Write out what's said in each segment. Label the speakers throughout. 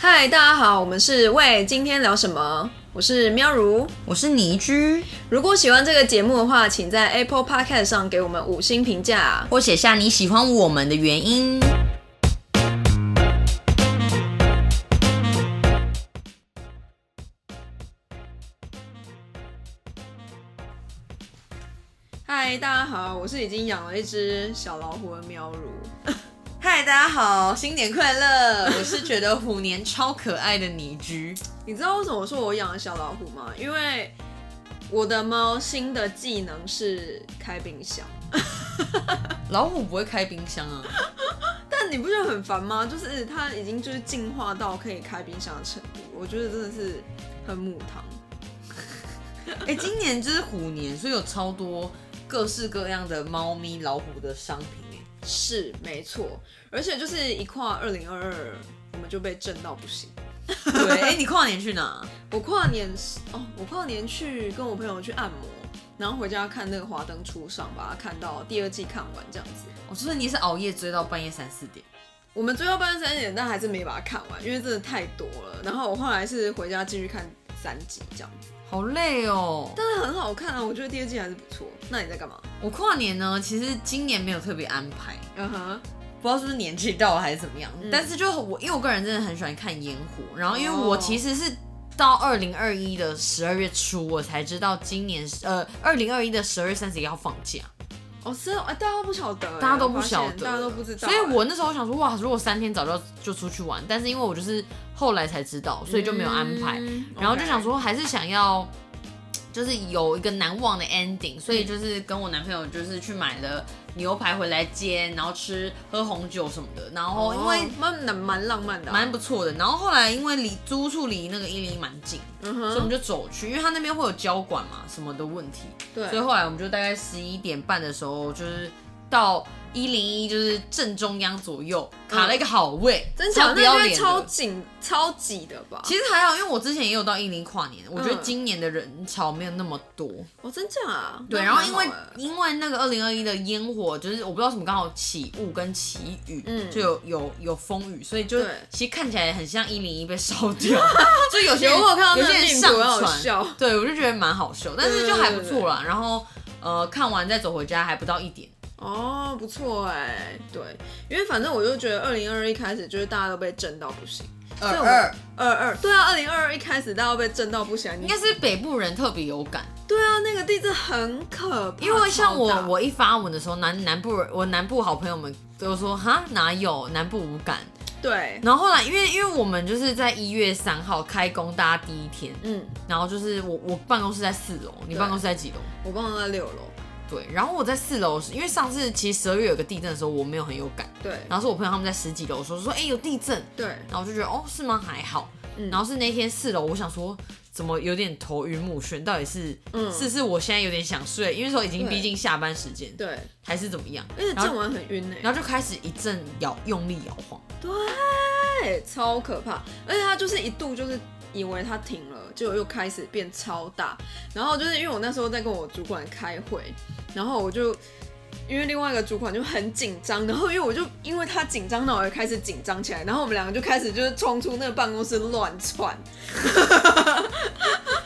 Speaker 1: 嗨，大家好，我们是喂，今天聊什么？我是喵如。
Speaker 2: 我是倪居，
Speaker 1: 如果喜欢这个节目的话，请在 Apple Podcast 上给我们五星评价。
Speaker 2: 或写下你喜欢我们的原因。
Speaker 1: 嗨，大家好，我是已经养了一只小老虎的喵如。
Speaker 2: 嗨，大家好，新年快乐！ 我是觉得虎年超可爱的倪居，
Speaker 1: 你知道为什么说我养了小老虎吗？因为我的猫新的技能是开冰箱，
Speaker 2: 老虎不会开冰箱啊，
Speaker 1: 但你不觉得很烦吗？就是它已经就是进化到可以开冰箱的程度，我觉得真的是很母汤。
Speaker 2: 哎、今年就是虎年，所以有超多各式各样的猫咪、老虎的商品、哎，
Speaker 1: 是没错，而且就是一跨二零二二，我们就被震到不行。
Speaker 2: 对， 哎、你跨年去哪？
Speaker 1: 我跨年是哦，我跨年去跟我朋友去按摩，然后回家看那个《华灯初上》，把它看到第二季看完这样子。
Speaker 2: 我说你是熬夜追到半夜三四点，
Speaker 1: 我们追到半夜三点，但还是没把它看完，因为真的太多了。然后我后来是回家继续看三集这样子，
Speaker 2: 好累哦。
Speaker 1: 但是很好看啊，我觉得第二季还是不错。那你在干嘛？
Speaker 2: 我跨年呢，其实今年没有特别安排，
Speaker 1: 嗯哼，
Speaker 2: 不知道是不是年纪到了还是怎么样，但是就我因为我个人真的很喜欢看烟火，然后因为我
Speaker 1: 嗯哦
Speaker 2: 其实是到二零二一的十二月初，我才知道今年是呃二零二一的十二月三十一号放假，
Speaker 1: 哦是哦，哎，大家都不晓得欸，
Speaker 2: 大家都不
Speaker 1: 我发现
Speaker 2: 晓得，
Speaker 1: 大家都不知道欸。
Speaker 2: 所以我那时候想说哇，如果三天早就就出去玩，但是因为我就是后来才知道，所以就没有安排，
Speaker 1: 嗯
Speaker 2: 然后就
Speaker 1: OK
Speaker 2: 想说还是想要。就是有一个难忘的 ending，所以
Speaker 1: 嗯
Speaker 2: 就是跟我男朋友就是去买了牛排回来煎，然后吃喝红酒什么的，然后
Speaker 1: 哦，
Speaker 2: 因
Speaker 1: 因
Speaker 2: 为
Speaker 1: 为蛮蛮蛮浪漫的啊，
Speaker 2: 蛮不错的。然后后来因为离租处离那个一零蛮近，
Speaker 1: 嗯
Speaker 2: 所以我们
Speaker 1: 哼，
Speaker 2: 就走去，因为他那边会有交管嘛什么的问题，
Speaker 1: 对，
Speaker 2: 所以后来我们就大概十一点半的时候，就是到一零一，就是正中央左右卡了一个好位，
Speaker 1: 真
Speaker 2: 超
Speaker 1: 假
Speaker 2: 不
Speaker 1: 的
Speaker 2: 要
Speaker 1: 那应该
Speaker 2: 脸
Speaker 1: 超
Speaker 2: 的。
Speaker 1: 紧超挤的吧？
Speaker 2: 其实还好，因为我之前也有到一零跨年，我觉得
Speaker 1: 嗯
Speaker 2: 今年的人潮没有那么多。
Speaker 1: 哦，真假啊？
Speaker 2: 对，
Speaker 1: 那
Speaker 2: 然后
Speaker 1: 蛮
Speaker 2: 因
Speaker 1: 好
Speaker 2: 为
Speaker 1: 欸
Speaker 2: 因为那个二零二一的烟火，就是我不知道什么刚好起雾跟起雨，
Speaker 1: 嗯
Speaker 2: 就有有有风雨，所以就
Speaker 1: 对
Speaker 2: 其实看起来很像一零一被烧 掉，就有些
Speaker 1: 有
Speaker 2: 人
Speaker 1: 我有看到那
Speaker 2: 有
Speaker 1: 个
Speaker 2: 些人
Speaker 1: 病
Speaker 2: 上
Speaker 1: 毒很好
Speaker 2: 传，
Speaker 1: 笑，
Speaker 2: 对我就觉得蛮好笑，但是就还不
Speaker 1: 对对
Speaker 2: 错啦。然后呃看完再走回家还不到一点，
Speaker 1: 哦，不错哎，对，因为反正我就觉得二零二一开始就是大家都被震到不行，
Speaker 2: 二
Speaker 1: 我们二二对啊，二零二二一开始大家都被震到不行，
Speaker 2: 应
Speaker 1: 应
Speaker 2: 该是北部人特别有感，
Speaker 1: 对啊，那个地震很可怕，
Speaker 2: 因为像
Speaker 1: 啊超
Speaker 2: 我
Speaker 1: 大
Speaker 2: 我一发文的时候，南南部人我南部好朋友们都说哈哪有南部无感，
Speaker 1: 对，
Speaker 2: 然后后来，因为因为我们就是在一月三号开工，大家第一天，
Speaker 1: 嗯，
Speaker 2: 然后就是我我办公室在四楼，你
Speaker 1: 对
Speaker 2: 办公室在几楼？
Speaker 1: 我帮我在六楼，
Speaker 2: 对，然后我在四楼，因为上次其实十二月有个地震的时候，我没有很有感，
Speaker 1: 对
Speaker 2: 然后是我朋友他们在十几楼的时候说，哎、有地震，
Speaker 1: 对，
Speaker 2: 然后我就觉得哦是吗？还好，
Speaker 1: 嗯
Speaker 2: 然后是那天四楼，我想说怎么有点头晕目眩，到底是、
Speaker 1: 嗯
Speaker 2: 是是我现在有点想睡，因为说已经
Speaker 1: 对
Speaker 2: 逼近下班时间，
Speaker 1: 对，
Speaker 2: 还是怎么样？
Speaker 1: 而且
Speaker 2: 然
Speaker 1: 震
Speaker 2: 后
Speaker 1: 完很晕哎，
Speaker 2: 然后就开始一阵摇用力摇晃，
Speaker 1: 对，超可怕，而且它就是一度就是。以为它停了，结果又开始变超大。然后就是因为我那时候在跟我主管开会，然后我就因为另外一个主管就很紧张，然后因为我就因为他紧张，那我也开始紧张起来，然后我们两个就开始就是冲出那个办公室乱窜，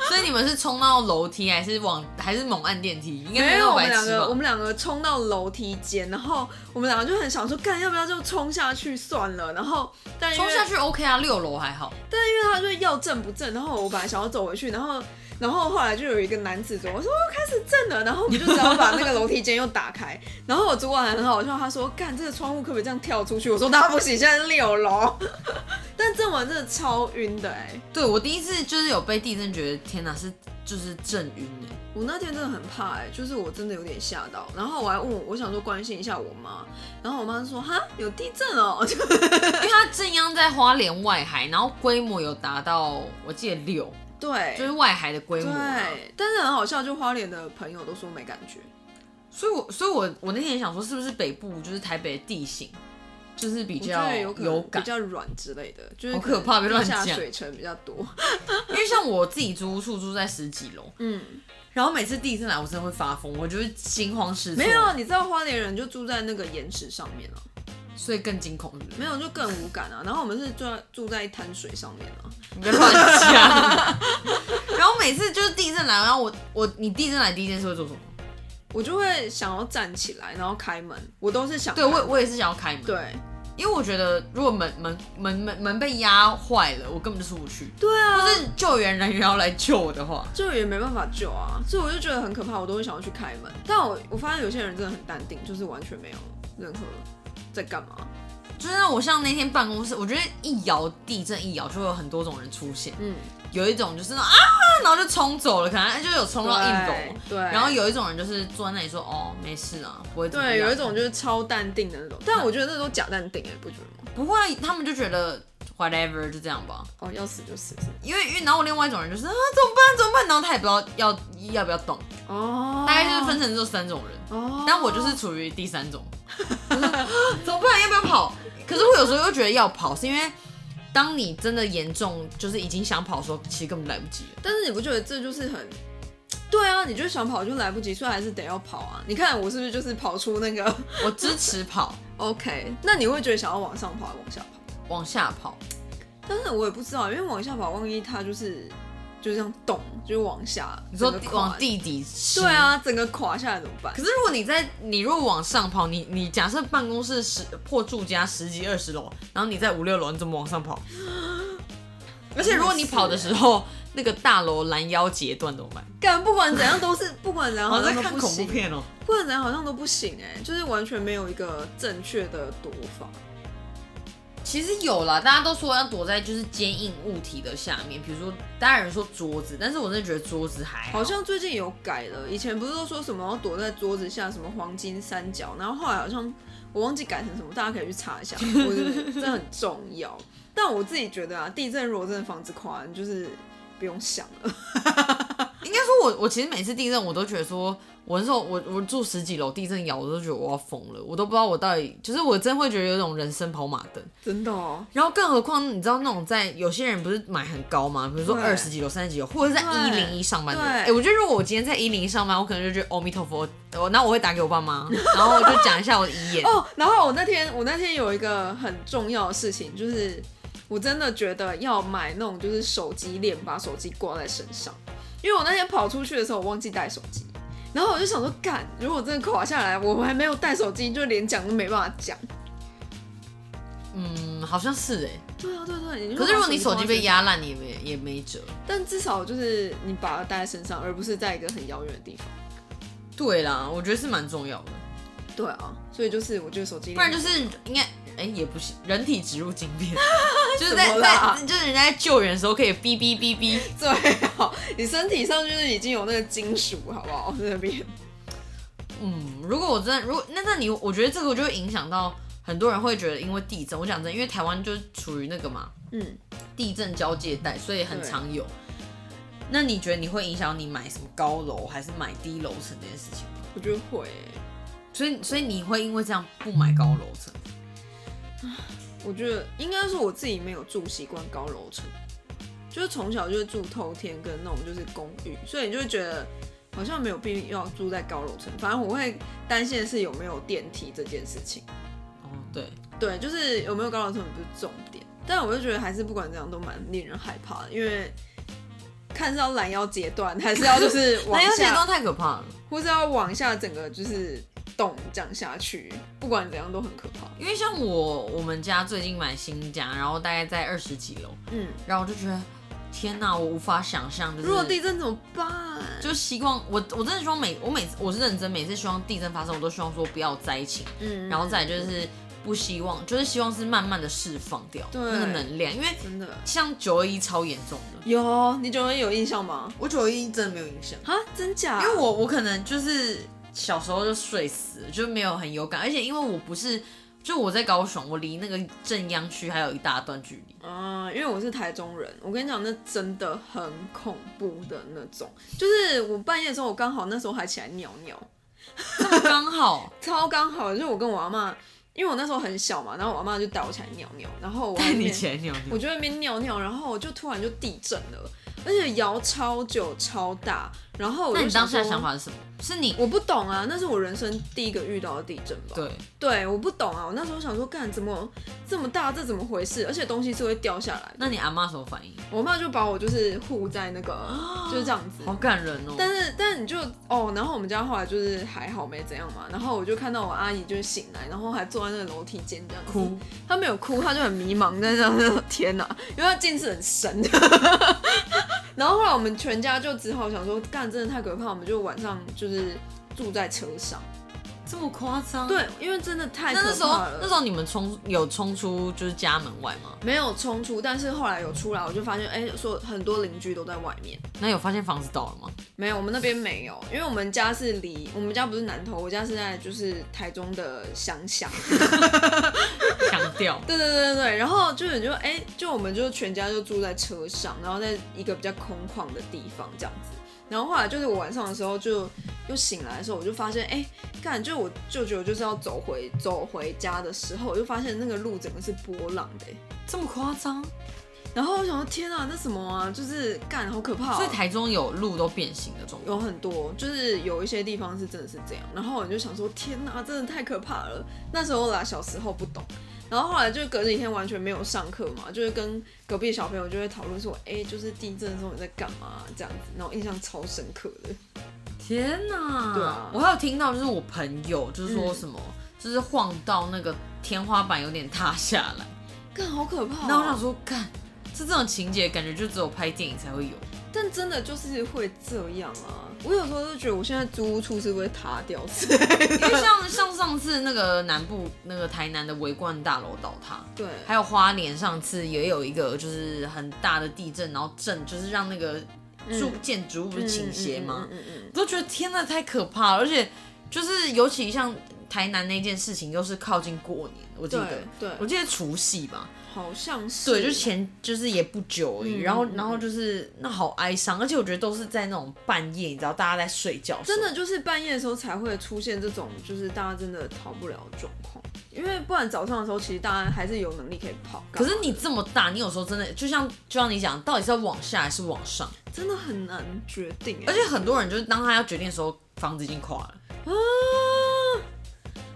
Speaker 2: 所以你们是冲到楼梯，还是往还是猛按电梯？应该
Speaker 1: 没
Speaker 2: 那
Speaker 1: 有，
Speaker 2: 么
Speaker 1: 我们
Speaker 2: 白
Speaker 1: 两
Speaker 2: 痴
Speaker 1: 个我
Speaker 2: 吧？
Speaker 1: 们两个冲到楼梯间，然后我们两个就很想说，干要不要就冲下去算了。然后，但因为
Speaker 2: 冲下去 OK 啊，六楼还好。
Speaker 1: 但因为他就要震不震，然后我本来想要走回去，然后然后后来就有一个男子走，我说我开始震了，然后我们就只好把那个楼梯间又打开。然后我主管很好笑，他说干这个窗户可不可以这样跳出去？我说那不行，现在是六楼。 但震完真的超晕的哎、
Speaker 2: 对我第一次就是有被地震，觉得天哪，是就是震晕哎、
Speaker 1: 我那天真的很怕哎、就是我真的有点吓到，然后我还问我，我想说关心一下我妈，然后我妈就说哈有地震哦、就
Speaker 2: 因为它正央在花莲外海，然后规模有达到我记得六，
Speaker 1: 对，
Speaker 2: 就是外海的规模、啊。
Speaker 1: 对，但是很好笑，就花莲的朋友都说没感觉，
Speaker 2: 所以我所以我我那天也想说，是不是北部就是台北的地形，就是比
Speaker 1: 我觉
Speaker 2: 较
Speaker 1: 得有可能
Speaker 2: 有
Speaker 1: 比
Speaker 2: 感，
Speaker 1: 较软之类的，就是
Speaker 2: 好可怕
Speaker 1: 能
Speaker 2: 别乱
Speaker 1: 下
Speaker 2: 讲
Speaker 1: 水层比较多。
Speaker 2: 因为像我自己租屋处住在十几楼，
Speaker 1: 嗯，
Speaker 2: 然后每次地震来，我真的会发疯，我就是惊慌失措。
Speaker 1: 啊没有，你知道花莲人就住在那个岩石上面了、啊
Speaker 2: 所以更惊恐是不是
Speaker 1: 没有就更无感啊。然后我们是住在住在一滩水上面啊，
Speaker 2: 你在乱讲。 然后每次就是地震来，然后我我你地震来第一件事会做什么？
Speaker 1: 我就会想要站起来，然后开门，我都是想
Speaker 2: 对我我也是想要开门，，
Speaker 1: 对
Speaker 2: 因为我觉得如果门门门门门被压坏了，我根本就出不去。
Speaker 1: 对啊，
Speaker 2: 就是救援人员要来救我的话，
Speaker 1: 就也没办法救啊，所以我就觉得很可怕，我都会想要去开门。但我我发现有些人真的很淡定，就是完全没有任何在干嘛。
Speaker 2: 就是让我像那天办公室，我觉得一摇地震一摇就会有很多种人出现，
Speaker 1: 嗯，
Speaker 2: 有一种就是那种啊，然后就冲走了，可能就有冲到一楼。
Speaker 1: 对对，
Speaker 2: 然后有一种人就是坐在那里说哦没事啊，不会怎么样
Speaker 1: 对有一种就是超淡定的那种，但我觉得那都假淡定哎、不觉得吗？
Speaker 2: 不会啊，他们就觉得 whatever 就这样吧。
Speaker 1: 哦，要死就死是吗
Speaker 2: 因为因为然后另外一种人就是啊怎么办怎么办，然后他也不知道要要不要动，
Speaker 1: 哦，
Speaker 2: 大概就是分成这三种人。
Speaker 1: 哦，
Speaker 2: 但我就是处于第三 种，就是啊怎么办？要不要跑？可是我有时候又觉得要跑，是因为当你真的严重就是已经想跑的时候，其实根本来不及了。
Speaker 1: 但是你不觉得这就是很？对啊，你就想跑就来不及，所以还是得要跑啊！你看我是不是就是跑出那个
Speaker 2: 我支持跑，
Speaker 1: OK？那你会觉得想要往上跑，还是往下跑？
Speaker 2: 往下跑，
Speaker 1: 但是我也不知道，因为往下跑，万一它就是就这样动，就是往下，
Speaker 2: 你说
Speaker 1: 整个垮
Speaker 2: 往地底吃。
Speaker 1: 对。啊，整个垮下来怎么办
Speaker 2: 可？是如果你在你如果往上跑，你你假设办公室十或住家十几二十楼，然后你在五六楼，你怎么往上 跑？而且如果你跑的时候，那个大楼拦腰截断怎么办？
Speaker 1: 干不管怎样都是，不管怎样
Speaker 2: 我
Speaker 1: 好
Speaker 2: 在
Speaker 1: 像都
Speaker 2: 看
Speaker 1: 不
Speaker 2: 恐怖
Speaker 1: 行，
Speaker 2: 片哦、
Speaker 1: 不管怎样好像都不行哎、就是完全没有一个正确的躲法。
Speaker 2: 其实有啦，大家都说要躲在就是坚硬物体的下面，比如说，当然有人说桌子，但是我真的觉得桌子还好
Speaker 1: 好像最近有改了，以前不是都说什么要躲在桌子下，什么黄金三角，然后后来好像我忘记改成什么，大家可以去查一下，我觉得这很重要。但我自己觉得啊，地震如果真的房子垮，你就是不用想了。
Speaker 2: 应该说我我其实每次地震我都觉得说，我那时候我我住十几楼地震摇，我都觉得我要疯了，我都不知道我到底就是我真会觉得有一种人生跑马灯。
Speaker 1: 真的哦，
Speaker 2: 然后更何况你知道那种在有些人不是买很高吗？比如说
Speaker 1: 对
Speaker 2: 二十几楼、三十几楼，或者是在一
Speaker 1: 对
Speaker 2: 零一上班的人。
Speaker 1: 对
Speaker 2: 哎、我觉得如果我今天在一零一上班，我可能就觉得阿弥陀佛，我那我会打给我爸妈，然后我就讲一下我 的遗言。
Speaker 1: 哦，然后我那天我那天有一个很重要的事情，就是我真的觉得要买那种就是手机链，把手机挂在身上，因为我那天跑出去的时候我忘记带手机，然后我就想说，干，如果真的垮下来，我还没有带手机，就连讲都没办法讲。
Speaker 2: 嗯，好像是哎、
Speaker 1: 对啊，对对，就
Speaker 2: 可是如果你手
Speaker 1: 把
Speaker 2: 机被压烂，你也没也没辙。
Speaker 1: 挂在身上，但至少就是你把它带在身上，而不是在一个很遥远的地方。
Speaker 2: 对啦，我觉得是蛮重要的，
Speaker 1: 对啊，所以就是我觉得手机链，
Speaker 2: 不然就是应该哎、也不是人体植入晶片， 就是
Speaker 1: 怎
Speaker 2: 在
Speaker 1: 么啦
Speaker 2: 在就是人家在救援的时候可以哔哔哔哔。
Speaker 1: 最好，你身体上就是已经有那个金属，好不好？在那边。
Speaker 2: 嗯，如果我真的如果那那你我觉得这个就会影响到很多人会觉得因为地震，我讲真的，因为台湾就处于那个嘛
Speaker 1: 嗯，
Speaker 2: 地震交界带，所以很常有。那你觉得你会影响你买什么高楼还是买低楼层这件事情吗？
Speaker 1: 我觉得会欸、
Speaker 2: 所以所以你会因为这样不买高楼层？
Speaker 1: 我觉得应该是我自己没有住习惯高楼层，就是从小就是住透天跟那种就是公寓，所以你就会觉得好像没有必要住在高楼层。反正我会担心的是有没有电梯这件事情。
Speaker 2: 哦，对，
Speaker 1: 对，就是有没有高楼层不是重点，但我就觉得还是不管怎样都蛮令人害怕的，因为看是要拦腰截断，还是要就是 往
Speaker 2: 那要阶
Speaker 1: 下，
Speaker 2: 段太可怕了。
Speaker 1: 或是要往下整个就是洞这样下去，不管怎样都很可怕。
Speaker 2: 因为像我我们家最近买新家，然后大概在二十几楼，
Speaker 1: 嗯，
Speaker 2: 然后我就觉得天哪，我无法想象，就是
Speaker 1: 如果地震怎么办？
Speaker 2: 就希望我我真的希望每我每次我是认真，每次希望地震发生，我都希望说不要灾情，
Speaker 1: 嗯，
Speaker 2: 然后再来就是不希望，就是希望是慢慢的释放掉
Speaker 1: 对
Speaker 2: 那个能量，因为
Speaker 1: 真的
Speaker 2: 像九二一超严重的，
Speaker 1: 有，你九人有印象吗？
Speaker 2: 我九二一真的没有影响，
Speaker 1: 啊，真假？
Speaker 2: 因为我我可能就是小时候就睡死了，就没有很有感，而且因为我不是就我在高雄，我离那个正央区还有一大段距离。
Speaker 1: 啊、因为我是台中人，我跟你讲，那真的很恐怖的那种。就是我半夜的时候，我刚好那时候还起来尿尿，
Speaker 2: 刚 好
Speaker 1: 超刚好的，就是我跟我阿妈，因为我那时候很小嘛，然后我阿妈就带我起来尿尿，然后我
Speaker 2: 带
Speaker 1: 在那
Speaker 2: 你
Speaker 1: 边
Speaker 2: 起来尿
Speaker 1: 我
Speaker 2: 尿，
Speaker 1: 就在那边尿尿，然后我就突然就地震了，而且摇超久超大，然后我
Speaker 2: 那
Speaker 1: 就
Speaker 2: 你当
Speaker 1: 想
Speaker 2: 下
Speaker 1: 说
Speaker 2: 的想法是什么？是你
Speaker 1: 我不懂啊，那是我人生第一个遇到的地震吧？
Speaker 2: 对，
Speaker 1: 对，我不懂啊，我那时候想说，干怎么这么大，这怎么回事？而且东西是会掉下来的。
Speaker 2: 那你阿妈什么反应？
Speaker 1: 我妈就把我就是护在那个，就是这样子。
Speaker 2: 啊好感人哦。
Speaker 1: 但是，但你就哦，然后我们家后来就是还好没怎样嘛，然后我就看到我阿姨就是醒来，然后还坐在那个楼梯间这样子，
Speaker 2: 哭，
Speaker 1: 她没有哭，她就很迷茫，在那 样，天哪，因为她近视很深。 然后后来我们全家就只好想说，干真的太可怕，我们就晚上就是住在车上，
Speaker 2: 这么夸张？。
Speaker 1: 对，因为真的太可
Speaker 2: 嗯那
Speaker 1: 怕了。
Speaker 2: 那时候那时候你们冲有冲出就是家门外吗？
Speaker 1: 没有冲出，但是后来有出来，我就发现，哎、说很多邻居都在外面。
Speaker 2: 那有发现房子倒了 吗？
Speaker 1: 没有，我们那边没有，因为我们家是离我们家不是南头，我家是在就是台中的乡下。
Speaker 2: 强调
Speaker 1: 对对对对对，然后就你就哎、就我们就全家就住在车上，然后在一个比较空旷的地方这样子。然后后来就是我晚上的时候就又醒来的时候，我就发现哎，干、就我舅舅就是要走回走回家的时候，我就发现那个路整个是波浪的、哎
Speaker 2: 这么夸张？
Speaker 1: 然后我想说天啊，那什么啊，就是干好可怕、哦。
Speaker 2: 所以台中有路都变形的状况。
Speaker 1: 有很多，就是有一些地方是真的是这样。然后我就想说，天哪，真的太可怕了。那时候啦，小时候不懂。然后后来就隔几天完全没有上课嘛，就是跟隔壁小朋友就会讨论说，哎、就是地震的时候你在干嘛这样子，然后印象超深刻的。
Speaker 2: 天哪！嗯
Speaker 1: 对啊
Speaker 2: 我还有听到就是我朋友就是说什么，就是晃到那个天花板有点塌下来，
Speaker 1: 干好可怕、
Speaker 2: 那我想，说，干，是这种情节感觉就只有拍电影才会 有。
Speaker 1: 但真的就是会这样啊！我有时候就觉得我现在租屋处是不是会塌掉之类的
Speaker 2: 因为像像上次那个南部那个台南的围观大楼倒塌，
Speaker 1: 对，
Speaker 2: 还有花莲上次也有一个就是很大的地震，然后震就是让那个住建筑物不是倾斜吗？
Speaker 1: 嗯嗯嗯嗯
Speaker 2: 我都觉得天呐太可怕了，而且就是尤其像台南那件事情，又是靠近过年，我记得，
Speaker 1: 对对
Speaker 2: 我记得除夕吧，
Speaker 1: 好像是。
Speaker 2: 对，就前就是也不久而已，
Speaker 1: 嗯
Speaker 2: 然后
Speaker 1: 嗯
Speaker 2: 然后就是那好哀伤，而且我觉得都是在那种半夜，你知道大家在睡觉的时候，
Speaker 1: 真的就是半夜的时候才会出现这种，就是大家真的逃不了的状况，因为不然早上的时候，其实大家还是有能力可以跑。
Speaker 2: 可是
Speaker 1: 干嘛
Speaker 2: 你这么大，你有时候真的就像就像你讲，到底是要往下还是往上？
Speaker 1: 真的很难决定欸，
Speaker 2: 而且很多人就是当他要决定的时候，房子已经垮了。
Speaker 1: 啊，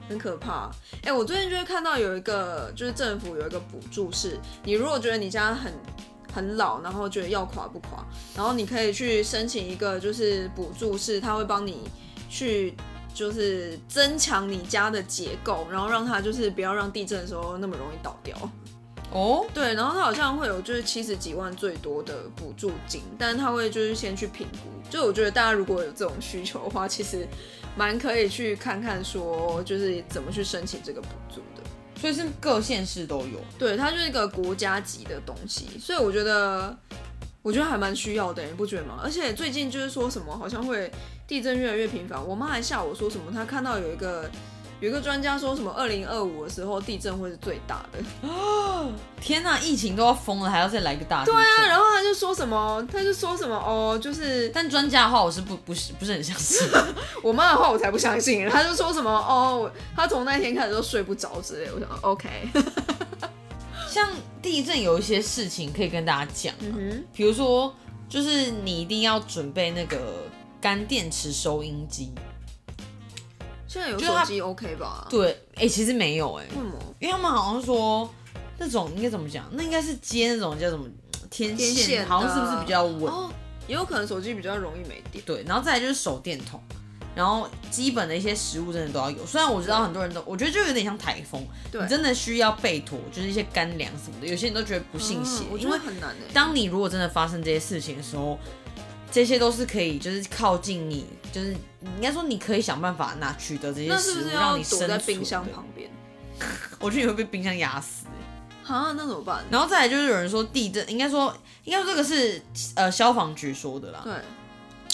Speaker 1: 很可怕。哎、我最近就会看到有一个，就是政府有一个补助是，你如果觉得你家很很老，然后觉得要垮不垮，然后你可以去申请一个就是补助是，他会帮你去。就是增强你家的结构，然后让它就是不要让地震的时候那么容易倒掉。
Speaker 2: 哦，
Speaker 1: 对，然后他好像会有就是七十几万最多的补助金，但是他会就是先去评估。就我觉得大家如果有这种需求的话，其实蛮可以去看看说就是怎么去申请这个补助的。
Speaker 2: 所以是各县市都有。
Speaker 1: 对，它就是一个国家级的东西，所以我觉得我觉得还蛮需要的，你不觉得吗？而且最近就是说什么好像会地震越来越频繁，我妈还吓我说什么，她看到有一个有一个专家说什么二零二五的时候地震会是最大的。
Speaker 2: 天呐、疫情都要疯了，还要再来一个大地震。
Speaker 1: 对啊，然后他就说什么，他就说什么哦，就是
Speaker 2: 但专家的话，我是不不是不是很相 信。
Speaker 1: 我妈的话我才不相信，他就说什么哦，我他从那一天开始都睡不着之类，我想 OK，
Speaker 2: 像地震有一些事情可以跟大家讲、啊，
Speaker 1: 嗯
Speaker 2: 比如说，就是你一定要准备那个干电池收音机。
Speaker 1: 现在有
Speaker 2: 就是
Speaker 1: 手
Speaker 2: 他
Speaker 1: 机 OK 吧？
Speaker 2: 对，哎、其实没有哎、
Speaker 1: 为什么？
Speaker 2: 因为他们好像说那种应该怎么讲，那应该是接那种叫什么嗯天
Speaker 1: 天线的
Speaker 2: 好像是不是比较稳？
Speaker 1: 哦，也有可能手机比较容易没电。
Speaker 2: 对，然后再来就是手电筒，然后基本的一些食物真的都要有。虽然我知道很多人都，我觉得就有点像台风，
Speaker 1: 对
Speaker 2: 你真的需要备妥，就是一些干粮什么的。有些人都觉得不信邪，
Speaker 1: 嗯我觉
Speaker 2: 因为
Speaker 1: 得很难诶。
Speaker 2: 当你如果真的发生这些事情的时候，这些都是可以，就是靠近你，就是你应该说你可以想办法拿取得这些
Speaker 1: 那是
Speaker 2: 食
Speaker 1: 不
Speaker 2: 物，
Speaker 1: 是
Speaker 2: 让
Speaker 1: 要
Speaker 2: 你生
Speaker 1: 躲在冰
Speaker 2: 存
Speaker 1: 箱
Speaker 2: 的
Speaker 1: 旁边？
Speaker 2: 我觉得你会被冰箱压死、欸
Speaker 1: 啊，那怎么办？
Speaker 2: 然后再来就是有人说地震，应该说应该说这个是呃消防局说的啦，
Speaker 1: 对，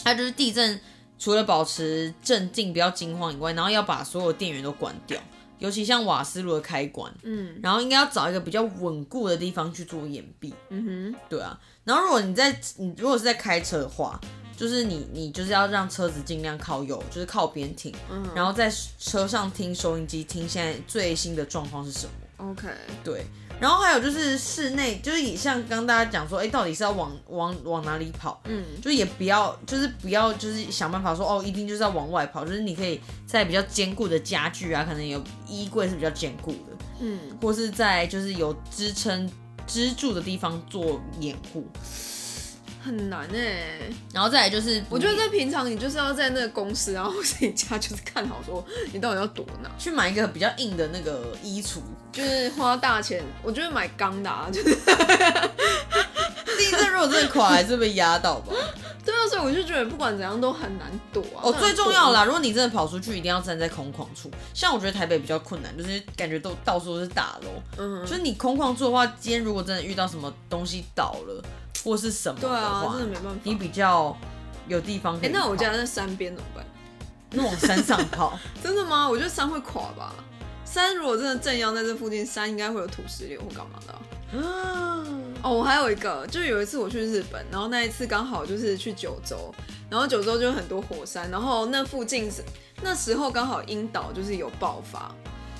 Speaker 2: 它就是地震除了保持镇静不要惊慌以外，然后要把所有电源都关掉，尤其像瓦斯炉的开关，
Speaker 1: 嗯
Speaker 2: 然后应该要找一个比较稳固的地方去做掩蔽，
Speaker 1: 嗯
Speaker 2: 对啊。然后如果你在你如果是在开车的话，就是你你就是要让车子尽量靠右，就是靠边停，
Speaker 1: 嗯
Speaker 2: 然后在车上听收音机听现在最新的状况是什么。
Speaker 1: 哼，OK，
Speaker 2: 对，然后还有就是室内，就是以像刚刚大家讲说，哎、到底是要往往往哪里跑？
Speaker 1: 嗯，
Speaker 2: 就也不要，就是不要，就是想办法说，哦，一定就是要往外跑，就是你可以在比较坚固的家具啊，可能有衣柜是比较坚固的，
Speaker 1: 嗯，
Speaker 2: 或是在就是有支撑支柱的地方做掩护，
Speaker 1: 很难哎、
Speaker 2: 然后再来就是，
Speaker 1: 我觉得在平常你就是要在那个公司啊，或是你家，就是看好说你到底要躲哪，
Speaker 2: 去买一个比较硬的那个衣橱，
Speaker 1: 就是花大钱。我觉得买钢的、啊，就是
Speaker 2: 第一次如果真的垮，还是被压到吧。
Speaker 1: 对啊，所以我就觉得不管怎样都很难躲啊。
Speaker 2: 哦，
Speaker 1: 到底
Speaker 2: 最
Speaker 1: 躲
Speaker 2: 重要啦，如果你真的跑出去，一定要站在空旷处。像我觉得台北比较困难，就是感觉都到处都是大楼，
Speaker 1: 嗯，
Speaker 2: 就是你空旷处的话，今天如果真的遇到什么东西倒了或是什么的
Speaker 1: 对啊，
Speaker 2: 话，
Speaker 1: 真的没办法。
Speaker 2: 你比较有地方可
Speaker 1: 哎、
Speaker 2: 以跑。
Speaker 1: 那我家在山边怎么办？
Speaker 2: 那往山上 跑，
Speaker 1: 真的吗？我觉得山会垮吧。山如果真的正要在这附近，山应该会有土石流或干嘛的啊、哦，我还有一个，就有一次我去日本，然后那一次刚好就是去九州，然后九州就有很多火山，然后那附近是那时候刚好樱岛就是有爆发，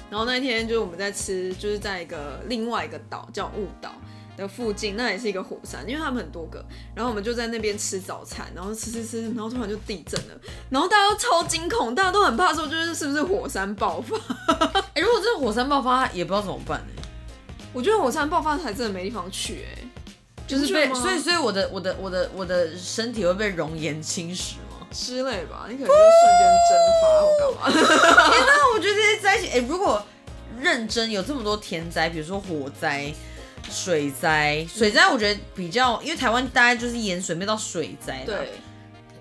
Speaker 1: 然后那一天就是我们在吃，就是在一个另外一个岛叫雾岛的附近，那也是一个火山，因为他们很多个，然后我们就在那边吃早餐，然后吃吃吃，然后突然就地震了，然后大家都超惊恐，大家都很怕说就是是不是火山爆发，
Speaker 2: 哎、如果真的火山爆发，也不知道怎么办哎、
Speaker 1: 我觉得火山爆发才真的没地方去哎、
Speaker 2: 就是被，
Speaker 1: 你不觉得吗
Speaker 2: 所以所以我的我的我的我的身体会被熔岩侵蚀吗？
Speaker 1: 之类吧，你可能就瞬间蒸发或干嘛。哎
Speaker 2: 天哪，我觉得这些灾情，哎、如果认真有这么多天灾，比如说火灾、水灾，水灾我觉得比较，因为台湾大概就是淹水，没有到水灾，
Speaker 1: 对，，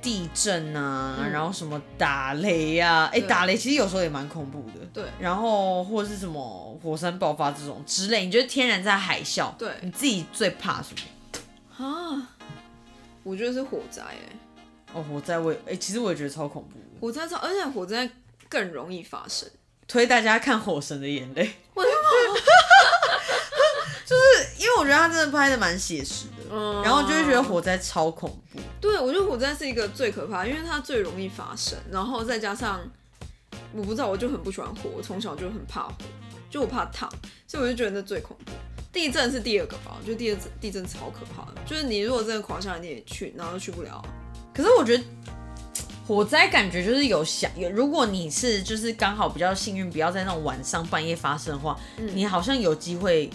Speaker 2: 地震啊，
Speaker 1: 嗯
Speaker 2: 然后什么打雷啊，哎、
Speaker 1: 对
Speaker 2: 打雷其实有时候也蛮恐怖的，
Speaker 1: 对
Speaker 2: 然后或者是什么火山爆发这种之类，你觉得天然灾海啸，
Speaker 1: 对
Speaker 2: 你自己最怕什么？
Speaker 1: 啊，我觉得是火灾哎，
Speaker 2: 哦，火灾我也，哎、其实我也觉得超恐怖的，
Speaker 1: 火灾超，而且火灾更容易发生。
Speaker 2: 推大家看《火神的眼泪》，
Speaker 1: 我的
Speaker 2: 因为我觉得他真的拍的蛮写实的，
Speaker 1: 嗯
Speaker 2: 然后就会觉得火灾超恐怖。
Speaker 1: 对，我觉得火灾是一个最可怕，因为它最容易发生，然后再加上我不知道，我就很不喜欢火，我从小就很怕火，就我怕烫，所以我就觉得那最恐怖。地震是第二个吧，我觉得地震地震超可怕的，就是你如果真的垮下来，你也去，然后就去不了。
Speaker 2: 可是我觉得火灾感觉就是有想有，如果你是就是刚好比较幸运，不要在那种晚上半夜发生的话，你好像有机会。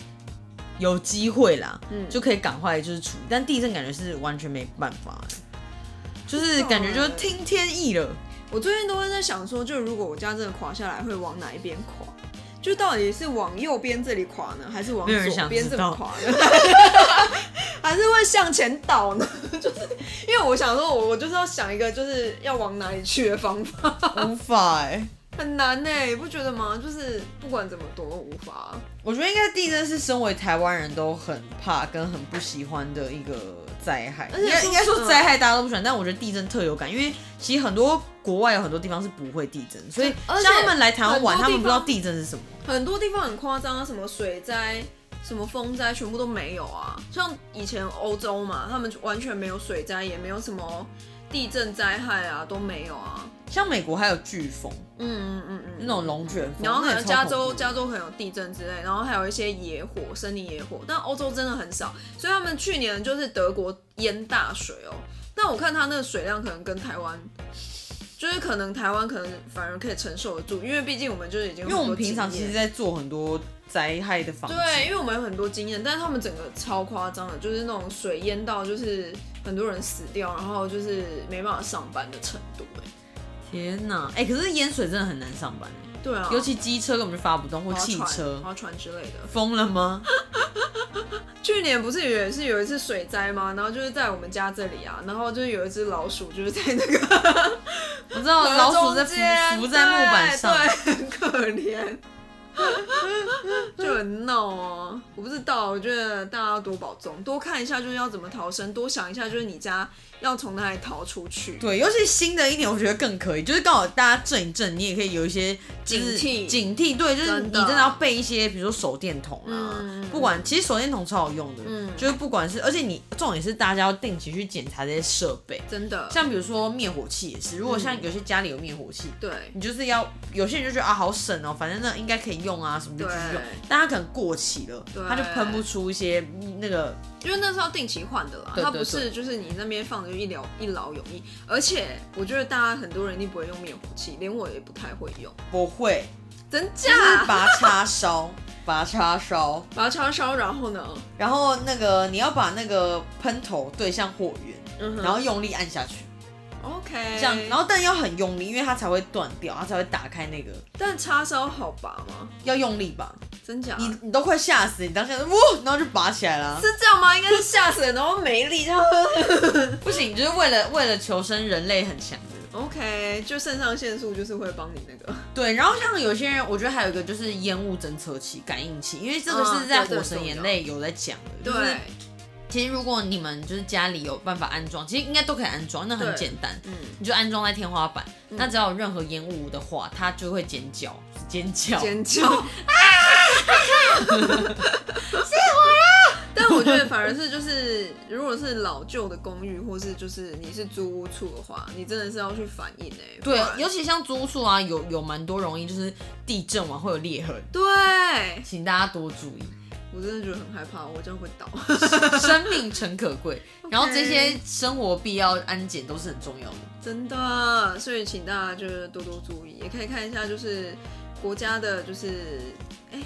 Speaker 2: 有机会啦，
Speaker 1: 嗯
Speaker 2: 就可以赶快就是处理，但地震感觉是完全没办法，就是感觉就是听天意了。
Speaker 1: 我最近都会在想说，就如果我家真的垮下来，会往哪一边垮？就到底是往右边这里垮呢，还是往
Speaker 2: 没有人
Speaker 1: 左
Speaker 2: 想
Speaker 1: 边
Speaker 2: 知
Speaker 1: 这
Speaker 2: 道
Speaker 1: 么垮呢？ 还是会向前倒呢？ 就是因为我想说我，我就是要想一个就是要往哪里去的方法，
Speaker 2: 无法哎、
Speaker 1: 很难呢、你不觉得吗？就是不管怎么躲都无法。啊
Speaker 2: 我觉得应该地震是身为台湾人都很怕跟很不喜欢的一个灾害，
Speaker 1: 而且
Speaker 2: 应该
Speaker 1: 说
Speaker 2: 应该说灾害大家都不喜欢，但我觉得地震特有感，因为其实很多国外有很多地方是不会地震，所以
Speaker 1: 而且
Speaker 2: 像他们来台湾玩，
Speaker 1: 很多地方
Speaker 2: 他们不知道地震是什么。
Speaker 1: 很多地方很夸张啊，什么水灾、什么风灾，全部都没有啊。像以前欧洲嘛，他们完全没有水灾，也没有什么地震灾害啊，都没有啊。
Speaker 2: 像美国还有飓风，
Speaker 1: 嗯嗯嗯
Speaker 2: 那
Speaker 1: 嗯。
Speaker 2: 种龙卷风，
Speaker 1: 然后还有
Speaker 2: 那也超
Speaker 1: 加
Speaker 2: 恐怖
Speaker 1: 州，加州很有地震之类，然后还有一些野火、森林野火，但欧洲真的很少，所以他们去年就是德国淹大水哦。但我看它那个水量可能跟台湾，就是可能台湾可能反而可以承受得住，因为毕竟我们就是已经有
Speaker 2: 因为我
Speaker 1: 很多
Speaker 2: 们平常
Speaker 1: 经
Speaker 2: 其
Speaker 1: 验
Speaker 2: 实在做很多灾害的防治，
Speaker 1: 对，因为我们有很多经验，但是他们整个超夸张的，就是那种水淹到就是很多人死掉，然后就是没办法上班的程度、哎，
Speaker 2: 天哪，哎、可是淹水真的很难上班、欸，
Speaker 1: 对啊，
Speaker 2: 尤其机车根本就发不动，或
Speaker 1: 划
Speaker 2: 汽
Speaker 1: 船
Speaker 2: 车，
Speaker 1: 划船之类的。
Speaker 2: 疯了吗？
Speaker 1: 去年不是也是有一次水灾吗？然后就是在我们家这里啊，然后就是有一只老鼠，就是在那个
Speaker 2: 我知道老鼠在
Speaker 1: 中间
Speaker 2: 浮浮在木板上，
Speaker 1: 对，对很可怜。 就很闹啊！我不知道，我觉得大家多保重，多看一下就是要怎么逃生，多想一下就是你家要从哪里逃出去。
Speaker 2: 对，尤其新的一年，我觉得更可以，就是刚好大家震一震，你也可以有一些就是
Speaker 1: 警惕
Speaker 2: 警惕，对，就是你
Speaker 1: 真的
Speaker 2: 真的要备一些，比如说手电筒啊，
Speaker 1: 嗯
Speaker 2: 不管其实手电筒超好用的，
Speaker 1: 嗯
Speaker 2: 就是不管是，而且你重点是大家要定期去检查这些设备，
Speaker 1: 真的，
Speaker 2: 像比如说灭火器嗯也是，如果像有些家里有灭火器，
Speaker 1: 对
Speaker 2: 你就是要有些人就觉得啊好省哦，反正那应该可以用啊，什么就继续用
Speaker 1: 对，
Speaker 2: 但它可能过期了
Speaker 1: 对，
Speaker 2: 它就喷不出一些嗯那个
Speaker 1: 因为那是要定期换的啦，
Speaker 2: 对
Speaker 1: 它
Speaker 2: 对
Speaker 1: 不是就是你那边放着就一劳一劳永逸。而且我觉得大家很多人一定不会用灭火器，连我也不太会用，
Speaker 2: 不会，
Speaker 1: 真
Speaker 2: 就是
Speaker 1: 假？
Speaker 2: 拔叉烧，拔叉烧，
Speaker 1: 把它烧烧，然后呢？
Speaker 2: 然后那个你要把那个喷头对向火源，
Speaker 1: 嗯哼
Speaker 2: 然后用力按下去，
Speaker 1: OK，
Speaker 2: 这样，然后但要很用力，因为它才会断掉，它才会打开那个，
Speaker 1: 但叉烧好拔吗？
Speaker 2: 要用力吧，
Speaker 1: 真假？
Speaker 2: 你你都快吓死，你当下就哇，然后就拔起来了。
Speaker 1: 是这样吗？应该是吓死人，然后没力这样。
Speaker 2: 不行，就是为了为了求生，人类很强的。
Speaker 1: OK，就肾上腺素就是会帮你那个。
Speaker 2: 对，然后像有些人，我觉得还有一个就是烟雾侦测器、感应器，因为啊这个
Speaker 1: 嗯
Speaker 2: 是在《
Speaker 1: 对对
Speaker 2: 火神眼泪》有在讲的。就是
Speaker 1: 对，
Speaker 2: 其实如果你们就是家里有办法安装，其实应该都可以安装，那很
Speaker 1: 对
Speaker 2: 简单。
Speaker 1: 嗯，
Speaker 2: 你就安装在天花板，那只要有任何烟雾的话，它就会尖叫，尖叫。
Speaker 1: 尖叫 啊！是我啦！但我觉得反而是就是，如果是老旧的公寓，或是就是你是租屋处的话，你真的是要去反应哎、不
Speaker 2: 对，
Speaker 1: 然
Speaker 2: 尤其像租屋处啊，有有蛮多容易就是地震完会有裂痕，
Speaker 1: 对，
Speaker 2: 请大家多注意，
Speaker 1: 我真的觉得很害怕，我这样会倒。
Speaker 2: 生命诚可贵，然后这些生活必要安检都是很重要的。
Speaker 1: 真的，所以请大家就是多多注意，也可以看一下就是国家的，就是哎、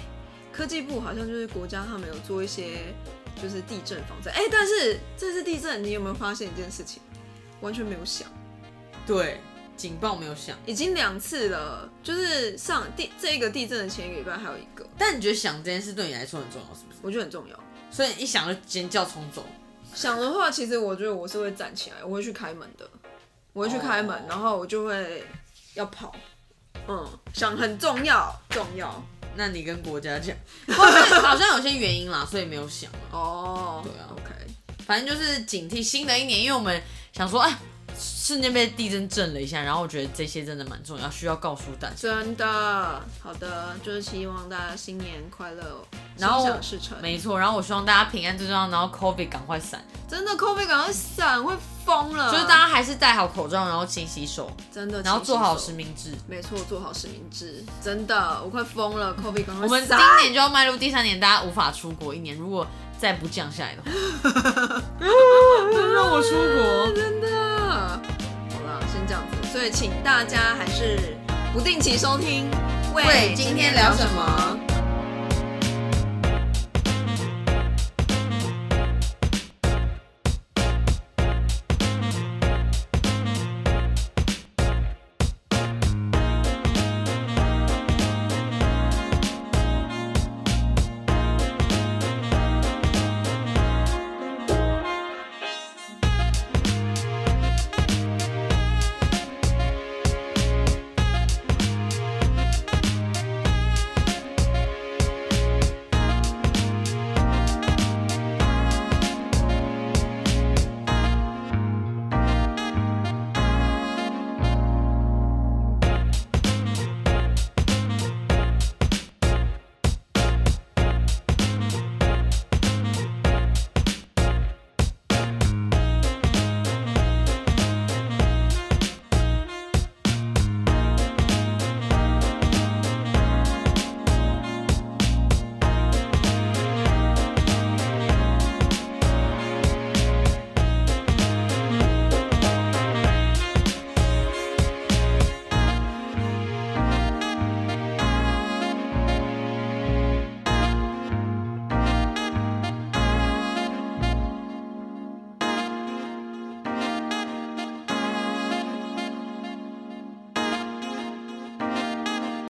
Speaker 1: 科技部好像就是国家他们有做一些就是地震防灾，哎、但是这次地震你有没有发现一件事情？完全没有响，
Speaker 2: 对，警报没有响，
Speaker 1: 已经两次了，就是上地这个地震的前一个礼拜还有一个，
Speaker 2: 但你觉得响这件事对你来说很重要是不是？
Speaker 1: 我觉得很重要。
Speaker 2: 所以一响就尖叫冲走。
Speaker 1: 想的话，其实我觉得我是会站起来，我会去开门的，我会去开门
Speaker 2: 哦
Speaker 1: 然后我就会要跑，嗯，想很重要，重要。
Speaker 2: 那你跟国家讲，或是好像有些原因啦，所以没有响啊。
Speaker 1: 哦，
Speaker 2: 对啊
Speaker 1: ，OK，
Speaker 2: 反正就是警惕新的一年，因为我们想说，哎，瞬间被地震震了一下，然后我觉得这些真的蛮重要，需要告诉大家。
Speaker 1: 真的，好的，就是希望大家新年快乐，哦心
Speaker 2: 然后
Speaker 1: 想事成。
Speaker 2: 没错，然后我希望大家平安最重要，然后 COVID 赶快散，
Speaker 1: 真的，COVID 赶快散，会疯了。
Speaker 2: 就是大家还是戴好口罩，然后勤洗手，
Speaker 1: 真的，
Speaker 2: 然后
Speaker 1: 勤洗
Speaker 2: 做好
Speaker 1: 手
Speaker 2: 实。名制。
Speaker 1: 没错，做好实名制，真的，我快疯了，COVID 赶快
Speaker 2: 我们今
Speaker 1: 散。
Speaker 2: 年就要迈入第三年，大家无法出国一年，如果再不降下来的话，让我出国。
Speaker 1: 真的，好了，先这样子，所以请大家还是不定期收听。
Speaker 2: 喂今天聊什么